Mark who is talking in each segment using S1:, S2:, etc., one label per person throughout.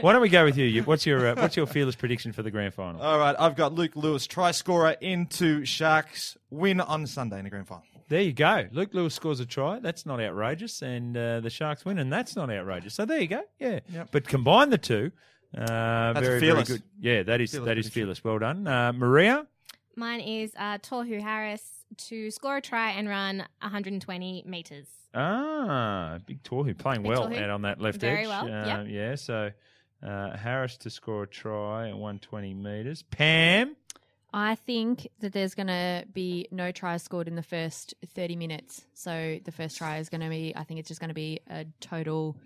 S1: Why don't we go with you? You- What's your uh, what's your fearless prediction for the grand final?
S2: All right, I've got Luke Lewis, try scorer into Sharks, win on Sunday in the grand final.
S1: There you go. Luke Lewis scores a try. That's not outrageous, and uh, the Sharks win, and that's not outrageous. So there you go. Yeah. But combine the two. Uh, very,
S2: fearless.
S1: very good. Yeah, that is that is fearless. Well done, uh, Maria.
S3: Mine is uh, Torhu Harris to score a try and run 120 metres.
S1: Ah, big Torhu playing
S3: Big
S1: well
S3: Torhu.
S1: out on that left
S3: Very
S1: edge.
S3: well,
S1: Uh, Yeah. So uh, Harris to score a try at 120 meters. Pam.
S4: I think that there's going to be no tries scored in the first 30 minutes. So the first try is going to be, I think it's just going to be a total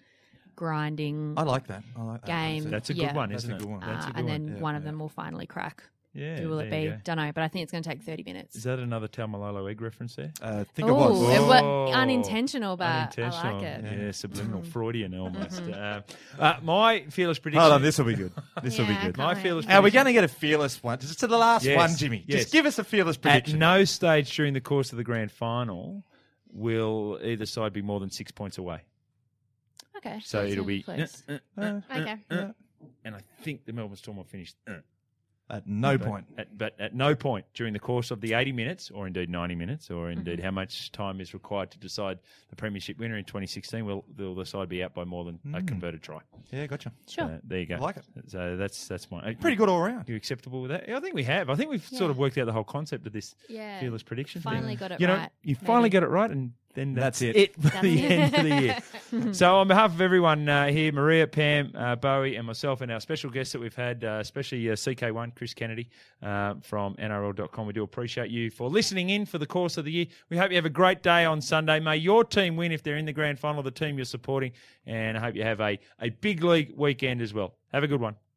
S4: grinding.
S2: I like that. I like that.
S4: Game.
S2: That's
S1: That's a
S4: Yeah.
S1: good one,
S2: That's
S1: isn't
S2: a
S1: it?
S2: good one.
S1: That's a
S4: uh,
S1: good one.
S4: and then
S2: Yeah,
S4: one of
S2: yeah.
S4: them will finally crack.
S1: Yeah.
S4: Who will it
S1: there
S4: be?
S1: you go.
S4: Don't know, but I think it's going to take 30 minutes.
S1: Is that another Taumalolo egg reference there?
S2: a- uh, I think
S4: Oh,
S2: it was.
S4: it
S1: Whoa.
S4: was unintentional, but I
S1: Unintentional.
S4: like it. Mm-hmm.
S1: Yeah, subliminal Freudian almost. Uh, uh, my fearless prediction.
S2: Hold on, this will be good. This will
S3: Yeah,
S2: be good.
S3: come
S1: My
S3: on.
S1: fearless
S2: Are we
S1: prediction-
S2: going to get a fearless one? Just to the last
S1: Yes,
S2: one, Jimmy.
S1: yes.
S2: Just give us a fearless
S1: At
S2: prediction.
S1: no stage during the course of the grand final will either side be more than six points away.
S4: Okay.
S1: So
S4: that's
S1: it'll
S4: really
S1: be.
S4: close.
S1: uh, uh, uh,
S3: Okay.
S1: uh, uh, and I think the Melbourne Storm will finish. uh,
S2: At no
S1: but
S2: point.
S1: At, but at no point during the course of the 80 minutes, or indeed 90 minutes, or indeed
S4: Mm-hmm.
S1: how much time is required to decide the Premiership winner in 2016, will, will the side be out by more than a converted try?
S2: Yeah, gotcha.
S4: Sure.
S1: Uh, there you go.
S2: Mm. I like it.
S1: So that's that's my
S2: Pretty good all round.
S1: You acceptable with that? Yeah, I think we have. I think we've sort
S4: Yeah.
S1: of worked out the whole concept of this
S4: Yeah.
S1: fearless prediction. thing.
S4: Finally got it
S1: you know,
S4: right,
S1: You finally
S4: maybe.
S1: got it right, and then that's,
S2: That's it.
S1: for the end of the year. so, on behalf of everyone uh, here, Maria, Pam, uh, Bowie, and myself, and our special guests that we've had, uh, especially uh, CK1, Chris Kennedy uh, from NRL.com, we do appreciate you for listening in for the course of the year. We hope you have a great day on Sunday. May your team win if they're in the grand final, the team you're supporting, and I hope you have a, a big league weekend as well. Have a good one.